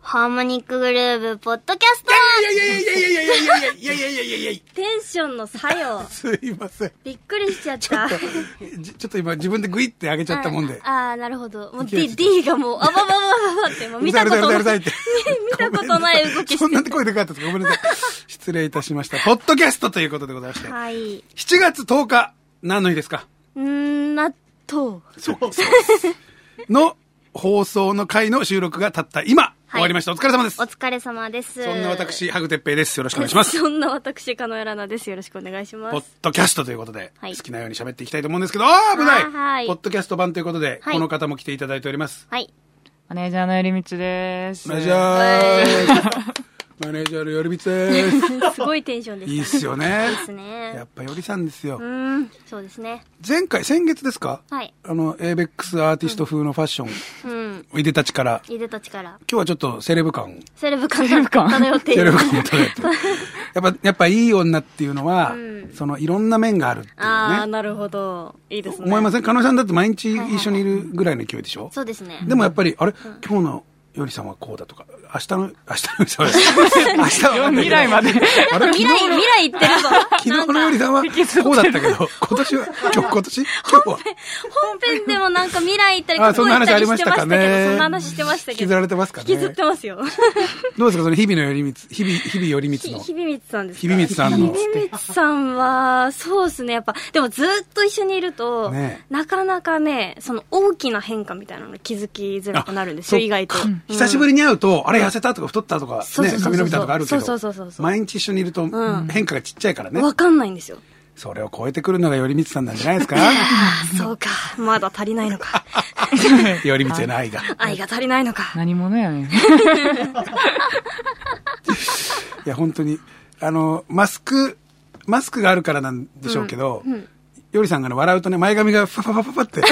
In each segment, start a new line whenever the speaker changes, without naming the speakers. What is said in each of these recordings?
ハーモニックグルーブ、ポッドキャスト
いやいやいやいやいやいやいやいやいやいやいやいやいや。
テンションの作用
すいません。
びっくりしちゃった。
じちょっと今自分でグイって上げちゃったもんで。
ああー、なるほど。もう
勢
D、
いつい
D がもう、あばばばばばって、もう見たこと
う
な
るさ
い。
うるさうるさうるさいって
見たことない動き
そん
し
な
て
声でかかったですかごめんなさい。失礼いたしました。ポッドキャストということでございまして。
た。はい。う
7月10日、何の日ですか
ーん、納豆。
の放送の回の収録がたった今、終わりました。お疲れ様です
お。疲れ様です。
そんな私、ハグテッペイです。よろしくお願いします。
そんな私、カノエラナです。よろしくお願いしま
ポッ
す。
ドキャストということで、
はい
好きなように喋っていきたいと思うんですけど、あー危ない
あーはい
ポッドキャスト版ということで、
はい
この方も来ていただいております。
はい。
マネージャーの寄り道です。
マネージャー、マネージャーのよりみつです。
すごいテンションで
いいっ
し
すよね。
た。です
や
ね
っ。ぱよりさんですよ
う。ーん、そうですね。
前回、先月ですか
はい。
あの、エイベックスアーティスト風のファッション、
うん。
いでたちから、今
いでたちから。
日はちょっとセレブ感、
セレブ感
セレブ
が
感
漂ってい
セ
る。
レブ感を捉 えて。やっぱ、やっぱいい女っていうのは、
うん
そのいろんな面があるっていう
ああ、
ね。
なるほど。いいですね。
思いませんかのさんだって毎日一緒にいるぐらいの勢いでしょ
そうですね。
でもやっぱり、あれ、今日のよりさんはこうだとか、明日の、明日のよりさ んは、明日はわかんない
未
けど
来まで。
あれ
未来、未来行ってるぞ。
昨日のよりさんはこうだったけど、今年 は、今日、今年今日は、
本編でもなんか未来行ったり、
あ
過去行ったりしてましたけど、そ
そん
ん
な話ありましたかね
な話してましたけ
引
ど。
きずられてますかね。
引きずってますよ。
どうですかその日々のよりみつ、日々、日々よりみつ
ひ
の。
ひびみつさんですか
ひびみつさんの
ひびみつさんは、そうですね、やっぱ、でもずっと一緒にいると、
ね
なかなかね、その大きな変化みたいなの気づきづらくなるんですよ、
あ
意外と。
そっか久しぶ
り。
りに会うと、あれ痩せたとか太ったとか、
そう
ね
そうそうそう、
髪伸びたとかあるけど、
そうそうそうそう
毎日一緒にいると
ん
変化がちっちゃいからね。
わかんないんですよ。
それを超えてくるのがよりみつさんなんじゃないで すか
ああ、そうか。まだ足りないのか。
よりみつへの愛が。
愛が足りないのか。
何者やねん。
いや、本当に、あの、マスク、マスクがあるからなんでしょうけど、よりさんがね、笑うとね、前髪がファファファファって、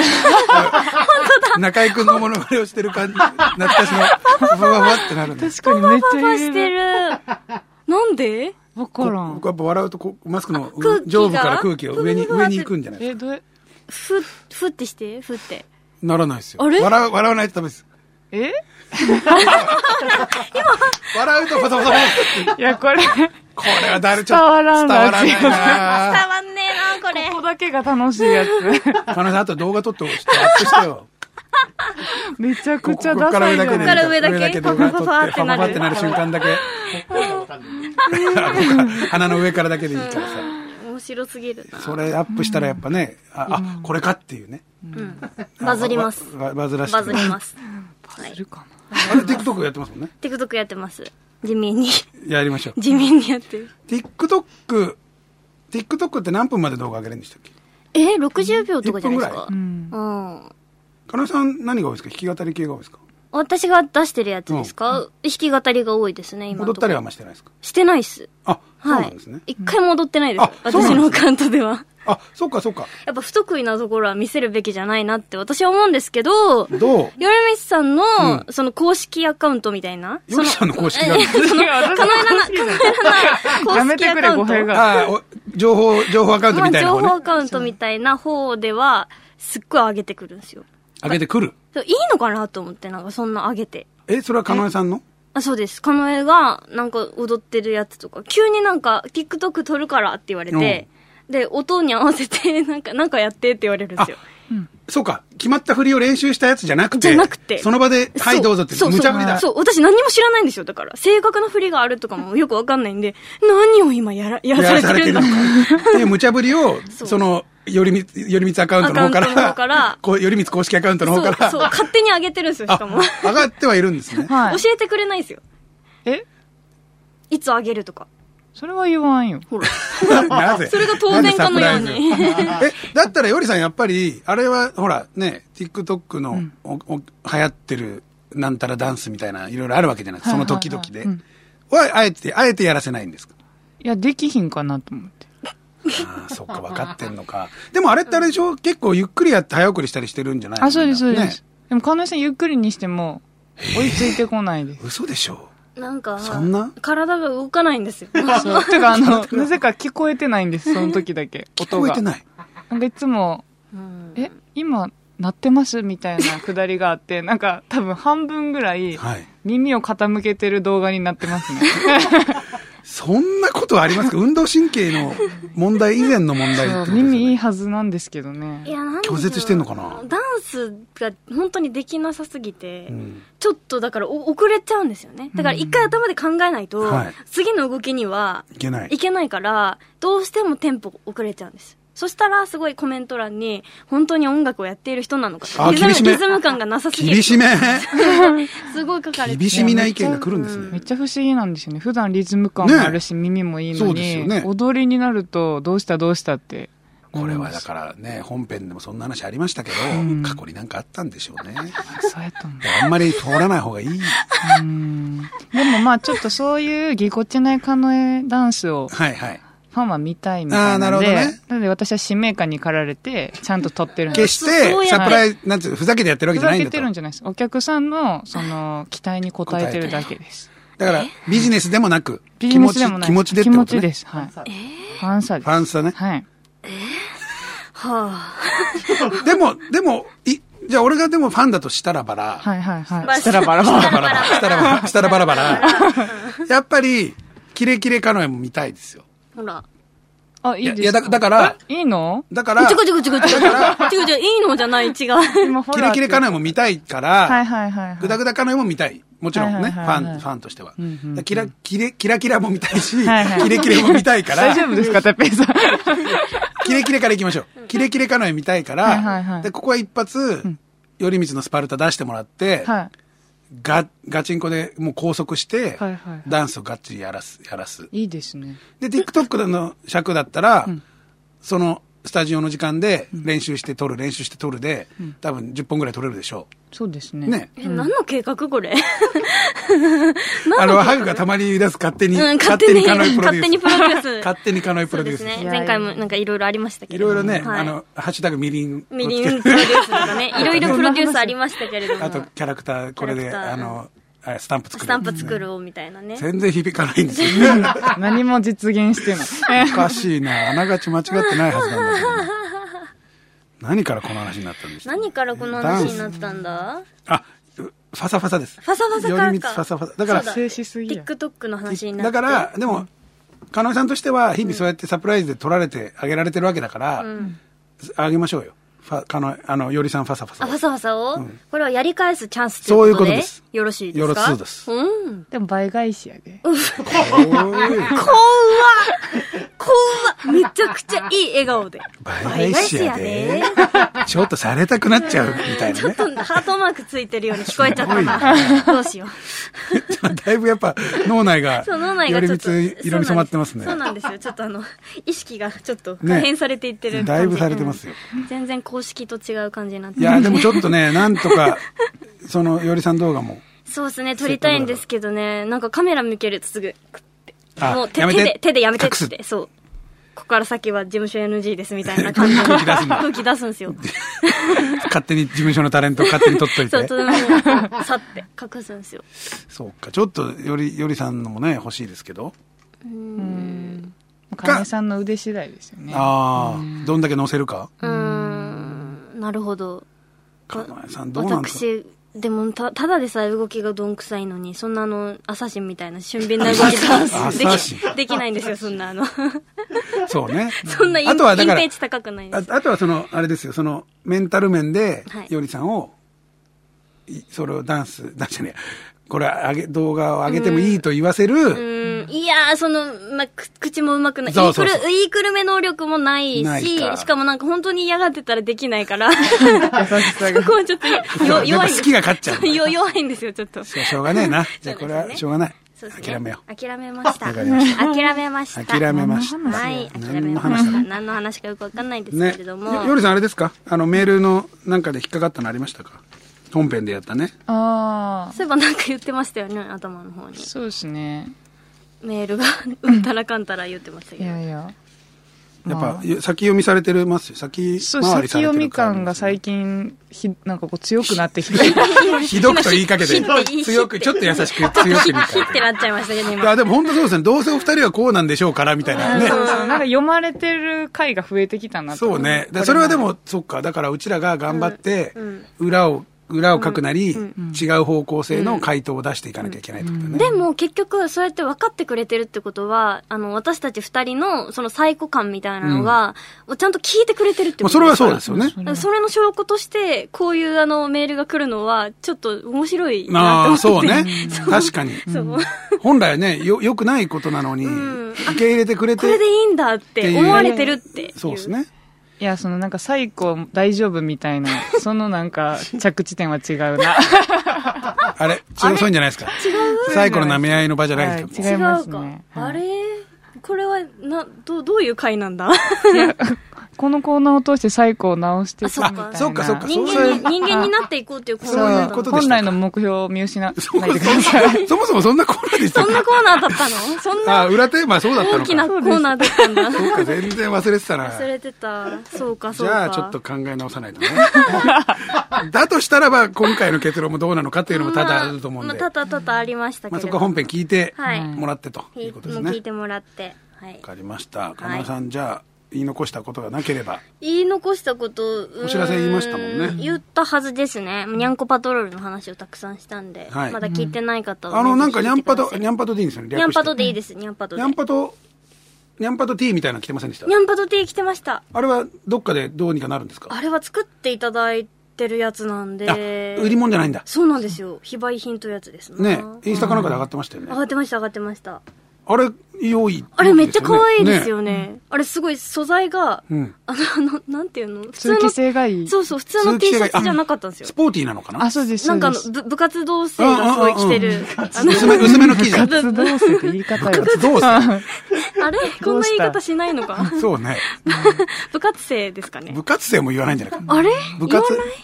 中居くんのモノマネをしてる感じ、懐かしの、ファファファファってなるんです。
確かにめっ
パ
ちゃ
パ
揺
して
れる。
る。 なんで
わか
僕
らん
僕。やっぱ笑うとこう、マスクの
あ空気が
上部から空気が上に、
ふわふわっ
上
て
に行くんじゃないです
え、どう
ふ、ふってして、ふって。
か。ならないですよ。
あれ
笑う、笑わないとダメです。
え
笑うとファファファファって。
いや、これ、
これは誰ちょっと
伝わらんな
伝わらない
伝
な
わんねえな、これ
こ。こだけが楽しい やつ。
彼女あと動画撮って、ちょっとアップしてよ。
めちゃ
こ
く
こ
ちゃダサいじゃ
ここ
こか
ない
ら上だけ
動画撮って、
パパパ
フ
パって
ァ
な
パ
る
パってなる瞬間だ け。鼻の上からだけでいいからさ。
面白すぎるな。
それアップしたらやっぱね、あ、あ、これかっていうね。
うん。バズります。
わ。わバズらして
バ
く
ズ
れ
り
る。
ます。は
す
い
る。か
あれ TikTok やってますもんね。
TikTok やってます。地味に。
やりましょう。
地味にやってる。
TikTok、TikTok って何分まで動画上げれるんでしたっけ
え、60秒とかじゃないです
一
か
な。うん。
うん。
かなさん何が多いですか弾き語り系が多いですか
私が出してるやつですか弾き語りが多いですね、今の
踊っ
とこ
たり
ろ。
はあんましてないですか
してないっす。
あ、そう
は
なん
い
ですね。。
一回も踊ってないです。
あそう
私
なんですね
のカウントでは。
あ、そうかそうか。
やっぱ不得意なところは見せるべきじゃないなって私は思うんですけど、
どう
よりみつさんの、
う
その公式アカウントみたいな。
よりさんの公式 なんです
その、
いや私
かなえらな、かな
や
えらな、公
め
式
て
ア
くれ、
カウ
語
ント。
弊が。
あお情報、情報アカウント
まあ
みたいな
情
方
報
ね。
アカウントみたいな方では、すっごい上げてくるんですよ。
上げてくる。
いいのかなと思って、なんかそんな上げて。
え、それはかのえさんの
あ、そうです。かのえが、なんか踊ってるやつとか、急になんか、TikTok 撮るからって言われて、で、音に合わせて、なんか、なんかやってって言われるんですよ。
そうか、決まった振りを練習したやつじゃなくて、
じゃなくて
その場で、はい、
そ
どうぞって、
そう
無茶ぶりだ。
そう、そう私何にも知らないんですよ。だから、正確な振りがあるとかもよくわかんないんで、何を今やら、や
や
ら
ら
さ
さ
れ
れ
て
て
る
る
ん
の
だ
か。っていう無茶ぶりを、
そう
その、よりみ、よりみつアカウントの方か
アカウントの
ら、
方から
こう、よりみつ公式アカウントの方
そ
か
う、
ら、
そう、勝手に上げてるんですよ、しかも。
あ、上がってはいる んですね。
はい。
教えてくれないんですよ。
え
いつ上げるとか。
それは言わんよ。
ほら。
なぜ
それが当然かのように
なぜサプライズえ、だったらよりさんやっぱり、あれは、ほら、ね、TikTok の、おお流行ってる、なんたらダンスみたいな、いろいろあるわけじゃないですか。その時々で。は
はいはいはいうん
あえて、あえてやらせないんですか
いや、できひんかなと思って。
ああ、そっか、分かってんのか。でもあれってあれでしょ、結構ゆっくりやって早送りしたりしてるんじゃない
あ、そうです、そ
み
うん
な
です。でも、かなえさんゆっくりにしても、追いついてこな いです。
嘘でしょ
なんか、
そんな
体が動かないんです よ。
そう。てか、あの、なぜか聞こえてないんです、その時だけ。
聞こえて
い。
ない。
なんかいつも、
うん
え、今、鳴ってますみたいなくだりがあ って、なんか多分半分ぐらい
はい。
耳を傾けてる動画になってますね。
そんなことあり ますか運動神経の問題以前の問題ってことですよね
耳いいはずなんですけど
い
ね。
や、なんでしょう
拒絶してんのかな
ダンスが本当にできなさすぎて、
うん
ちょっとだからお遅れちゃうんですよね。だから一回頭で考えないと、
うんはい
次の動きにはい
けない
い。けないから、どうしてもテンポ遅れちゃうんです。そしたら、すごいコメント欄に、本当に音楽をやっている人なのか
あ、
リズム
厳しめ
リズム感がなさすぎる。
厳 しめ
すごい書かれて
厳しみな意見が来るんです
めっ
ね。
ちゃ不思議なんですよね。普段リズム感もあるし、耳もいい
そ
の
うですよ
に、
ね
踊りになると、どうしたどうしたって。
これはだからね、本編でもそんな話ありましたけど、過去になんかあったんでしょうね。
あそうやったんだ。
あんまり通らない方がいい。
うんでもまあちょっとそういうぎこちないカノエダンスを
はいはい。
ファンは見たいみたいなので、
あーな
な
るほどね
ので私は使命感に駆られて、ちゃんと撮ってるんで
決
す。
して、サプライ、なんていうふざけてやってるわけ
ふ
じゃ
ざ
ないん
け
だ
て
と。
るんじゃないです。お客さんの、その、期待に応えてるだけです。
だから、ビジネスでもなく、
ビ
気
ジネ
持
スで
ち
も、ない
気持ちでって
気
こ
持
と
ち
ね
で。す。はい。ファンサです。
ファン サね
はい。
は
でも、でも、い、じゃあ俺がでもファンだとしたらばら、
はいはいはい。
あ、
したらばら
バ
したらばら、したらばら、したらばらばら、やっぱり、キレキレカノエも見たいですよ。
ほら。
あ、いい
い
で
や、
すか
いやだだから、
いいの
だから
ちょ、こちょこちょこちょこ。ちょこちょこ、いいのじゃない、違う。
今ほ
キ
ら
レキレカノエも見たいから、
はいはいはいはい。
グダグダカノエも見たい。もちろんね、
はいはいはいはい
ファン、ファンとしては。
んうんう
だか
ん
らキラ、キレ、キラキラも見たいし、
はいはい
キレキレも見たいか
大丈
ら、
夫ですか、てっぺいさ ん。
キレキレから行きましょう。キレキレカノエ見たいから、
はいはいはい
で、ここは一発、頼光のスパルタ出してもらって、
はい。
ガ、ガチンコでもう拘束して、
はいはいはい
ダンスをガッチリやらす、やらす。
いいですね。
で、TikTok の尺だったら、その、スタジオの時間で練習して撮る、練習して撮るで、多分10本ぐらい撮れるでしょ
そうです
う。
ね。
ね。
え、何の計画これ。
あの、ハグがたまに言い出す勝手に、
うん、勝手に、
カノエプロ
勝
デュース
手にプロデュース。
勝手にカノエプ
そ
ロ
う
デュ
で
ース。
すね。
いやいや
前回もなんかいろいろありましたけ
い
ど。
ろいろね、
はい
あの、ハッシュタグみりんをつけて。
みりんプロデュースとかね、いろいろプロデュースありましたけれども。
あと、キャラクター、これ
キャ
で、
ラクター
あの、あスタンプ作る。
スタンプ作るをみたいなね。
全然響かないんですよね。
何も実現してない。
おかしいな。あながち間違ってないはずなんだけどね。何からこの話になったんでした
何からこの話になったんだ
あ、ファサファサです。
ファサファサからか
よりみつファサファサ。だから、
そうだ
静止すぎや。
TikTok の話になっ
だ
て。
から、でも、カノエさんとしては、日々そうやってサプライズで撮られて、あげられてるわけだから、あげましょうよ。ファ、カノエ、あの、よりさんファサファ
あ、ファ
サ。
サファサを、これはやり返すチャンスと
そうい
いうう
こ
ことと
で
ですよろしいですか
よろしいです
うん。
でも倍返しやで。
おい
こうわこうわめちゃくちゃいい笑 顔で。
倍返しやで。ちょっとされたくなっちゃうみたいなね
ち。ょっとハートマークついてるように聞こえちゃったな。どうしよう。
だいぶやっぱ脳内が、
そう、脳内がちょっと。
よりみつ色に染まってますね。
そうなんですよ。ちょっとあの、意識がちょっと
ね
改変されていってる感じ、
だいぶされてますよ。
うん全然公式と違う感じになって
いや、でもちょっ とね、なんとか、その、よりさん動画も。
そうですね、撮りたいんですけどね、なんかカメラ向けるとすぐ、
あ
もう手
やめ
手
て
で、手でやめてっ
隠す
て、そう。ここから先は事務所 NG ですみたいな感じで
空気出すんだ
空気出すんです よ。
勝手に事務所のタレントを勝手に取っとい
そう、そ
て。
うそうさって隠すんですよ。
そうか。ちょっと、より、よりさんのもね、欲しいですけど。
カネさんの腕次第ですよね。
ああ、どんだけ載せるか。
うーん、なるほど。
かまえさん、どうなんですか
私、でもた、ただでさえ動きがどんくさいのに、そんなあの、アサシンみたいな俊敏な動き
ア
がで
サシン
き、できないんですよ、そんなあの。
そうね。
そんなイン
あとはだから
インページ高くないで
あ
す。
あとはその、あれですよ、その、メンタル面で
はい、
よりさんを、いそれをダンス、ダンスじゃねえやこれあげ、動画を上げてもいいと言わせ
う
る、
ーん、いやー、その、ま、く口もうまくない。
そうそうそ
言
う
いくる、言いくるめ能力もないし、
ないか
しかもなんか本当に嫌がってたらできない から、そ
優しさが。
こはちょっと
な
よ
んか
弱いん
好
です
きが勝っちゃう。
よ 弱いんですよ、ちょっと。
じゃあしょうがねえな。じゃあこれ
そうですね
はしょうがない。
そうですね
諦めよ
諦めました。
わかりまし
諦めました。
う。諦めました。
はい、諦め
何の
ま
話
し
だ
た。何の話かよくわかんないです
ね
けれども。
よよりさんあれですかあの、メールのなんかで引っかかったのありましたか本編でやったね。
ああ。
そういえばなんか言ってましたよね、頭の方に。
そうですね。
メールが、うんたらかんたら言ってました
い
けど。
やいや。
やっぱ
まあ、
先読みされてるますよ。先
そう、
回
先
りされ
読
て
み
るから
感が最近、ひ、なんかこう強くなっ てきて。
ひどくと言いかけて
ひどいひど、い
強く、ちょっと優しく、強く
ヒ
み
ッ
た
て
いな。
なっちゃいましたけど、
い
今。
や、でも本当そうですね。どうせお二人はこうなんでしょうから、みたいなね
そ。うそう。なんか読まれてる回が増えてきたなと
そうね。だそれはで、も、そっか。だから、うちらが頑張って、裏を、裏を書くなり、違う方向性の回答を出していかなきゃいけないってことね。
でも結局そうやって分かってくれてるってことは、あの、私たち二人のその最古感みたいなのが、ちゃんと聞いてくれてるって
ま
こ
あ、そ
と
れは
ですか
そう
ら
ですよ
だ
ね。
からそれの証拠として、こういうあのメールが来るのは、ちょっと面白い
あ
な
あ、
と思
そ
っ
う
て。
ね。確かに。
そう。
本来はね、よ、良くないことなのに、受け入れてくれ
これ
て、
でいいんだって思われてるっていう。
そうですね。
いや、そのなんか最高大丈夫みたいな、そのなんか着地点は違う な。
あれ、違う、そういうんじゃないですか。違う。最後の舐め合いの場じゃないですか。
は
違
い違
う
い
か
ますねはい
あれこれは、な、どう、どういう回なんだ
このコーナーを通して最高を直していくみたいな。
あそっかそっか
人
そう
間
いう
に、人間になっていこうっていうコー
そう
ナーだっ
そういう
た
ことでし
本
たか
来の目標を見失わないでくださ い。
そうそもそもそんなコーナーでしたっ
そんなコーナーだったのそん
けあ
な
あ、裏テーマそうだった
大
の
きな
か。
コーナーだったんだ。
そうか、全然忘れてたな。
忘れてた。そうか、そ
じ
うか。
ゃあ、ちょっと考え直さない とね。だとしたらば、今回の結論もどうなのかっていうのも多々あると思うんで。
まあまあ、ただただありましたけ
まあ、
れ
そ
ど。
こは本編聞いて
はい
もらってと
い
いうことです
もう聞い
ね。
てもらって。はい
わ。かりました。かなえさん、じゃあ、言い残したことがなければ。
言い残したこと、うーん
お知らせ言いましたもんね
言ったはずですね。にゃんこパトロールの話をたくさんしたんで、
はい
まだ聞いてない方は。
あの、なんか、にゃんぱと、に
にゃ
ゃ
ん
んぱとでいいんですよね。
にゃんぱとでいい
で
です、にゃんぱと
に
で。
ゃんぱと、にゃんぱと T みたいなの来てませんでした
にゃんぱと T 来てました。
あれは、どっかでどうにかなるんですか
あれは作っていただいてるやつなん
あ、
で。
売り物じゃないんだ。
そうなんですよ。非売品というやつですな
ねインスタかなんかで上がってましたよね
上。がってました、上がってました。
あれ、良い、
あれめっちゃ可愛いですよ
ね。
ね。あれすごい素材が、
うん
あの、あの、なんていうの普
通気性がいい。
そうそう、普通の
通気
T
性
シ
がいい
ャツじゃなかったんですよ
ス。ポーティーなのかな
あ、そうです。
なんかあ
そうです
の、部部活動生がすごい着てる。あの
薄め、薄めの生地だ。
活動生って言い方よ。
どうす
あれこんな言い方しないのか
るそうね。
部活生ですかね
部。活生も言わないんじゃないかな。
あれ
部活
言わない、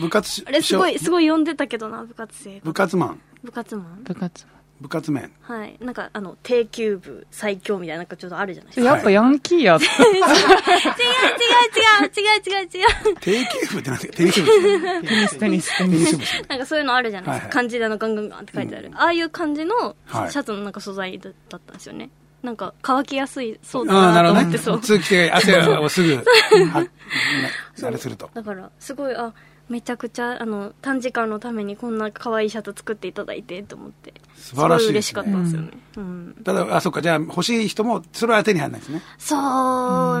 部活し、
あれすごい、
しょ
すごい呼んでたけどな、部活生。
部活マン、
部活マン
部活。
部活面。
はい。なんか、あの、低級部最強みたいな、なんかちょっとあるじゃないですか。
やっぱヤンキー やって。
違う違う違う違う違う違う
定型部ってなんですか定型部ですね。
テニス、テニス、テ
定型部
ニス。
ですね
なんかそういうのあるじゃないですか。
はいはい
漢字であのガンガンガンって書いてある。ああいう感じのシ
はい
ャツのなんか素材だったんですよね。なんか乾きやすいそうだ
ああ、
な
なる
と
ほ
思
ど
って
ね。
そう。
通気性、汗を すぐ、はあれすると。
だからすごいあめちゃくちゃあの短時間のためにこんな可愛いシャツ作っていただいてと思って
素晴らしい
すごい
で
嬉し
す
か
ね
ったですよね、うん
ただ、あ、そっか、じゃあ欲しい人も、それは手に入らないですね。
そ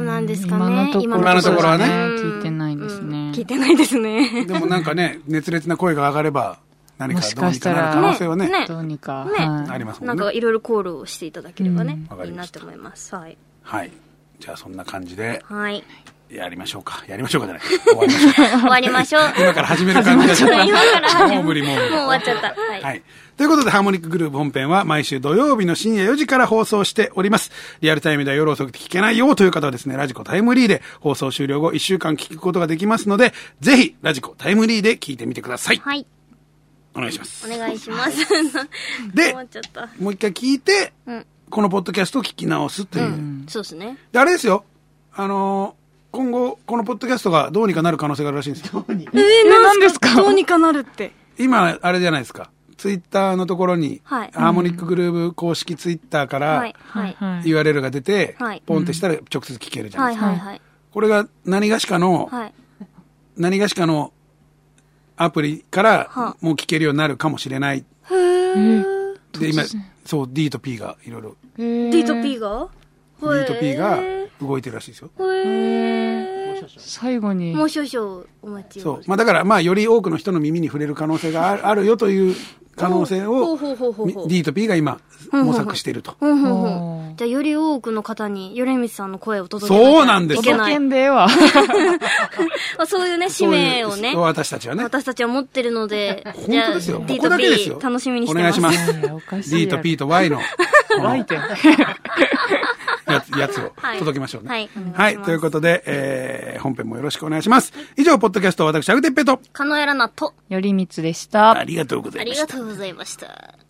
うなんですかね
ろ今のところはね
聞いてないんです
うん
ね。
聞いてないですね
でもなんかね、熱烈な声が上がれば、何か
もし
どう
か
に
し
か
た
な
ら
る可能性はね、
ね
どうにか。
ね
はい
ありますも
なんん
ね
か。いろいろコールをしていただければね
うん、
わか
い
り
い
ま
な
し
と
た
思いますはい
はい。じゃあそんな感じで、
はい
やりましょうか。やりましょうかじゃない。終わりましょう。
終わりましょう
今から始める感じがし
今から
ます。
始め
もう無理もう無理。
もう終わっちゃったはい、
はい。ということで、ハーモニックグループ本編は毎週土曜日の深夜4時から放送しております。リアルタイムでは夜遅くて聞けないよという方はですね、ラジコタイムリーで放送終了後1週間聞くことができますので、ぜひ、ラジコタイムリーで聞いてみてください。
はい、
お願いします。
お願いします
で
終わっちゃった
もう一回聞いて、
うん
このポッドキャストを聞き直すという。
そうですね
であれですよ。あのー今後、このポッドキャストがどうにかなる可能性があるらしいんですよ。
えー、
なんですか
どうにかなるって
今、あれじゃないですか。ツイッターのところに、
はい
ハーモニックグルーブ公式ツイッターか
は
ら
い、はい
はい
URL が出て、
はい
ポンってしたら直接聞けるじゃない
は
で
い
すか。
はいはい
これが何がしかの、
はい
何がしかのアプリ
は
からもう聞けるようになるかもしれない。で、今
突然、
そう、D と P がいろいろ、
えー
D と P が
D と P が
へ
動いてるらしいですよ。
え
最後に
も。う少々お待ちを
そう。まあだから、まあより多くの人の耳に触れる可能性があるあるよという可能性
ほう
を
ほうほうほうほう
み D と P が今模索していると。
ほんほんほ
おー
んじゃあより多くの方に米光さんの声を届け
そうなんです
いけ
届
な
け
い、
んでええわ。
まあ、そういうね使命を
そうい
ね
う私たちはね。
私たちは持ってるので
本
じゃ
当
あ
ですよ。こ
D
ことだけですよ
P。楽しみにして
お願いしま
いやおかしい
す。
やろ
D と P と Y の
湧いて。
やつやつを
はい
届けましょうね。
はいお願いします
はい。ということで、えー、本編もよろしくお願いします。以上、ポッドキャスト、私、アグテッペと、
カノエラナと
よりみつでした
あ。りがとうござ
あ
いま
り
した
が。とうございました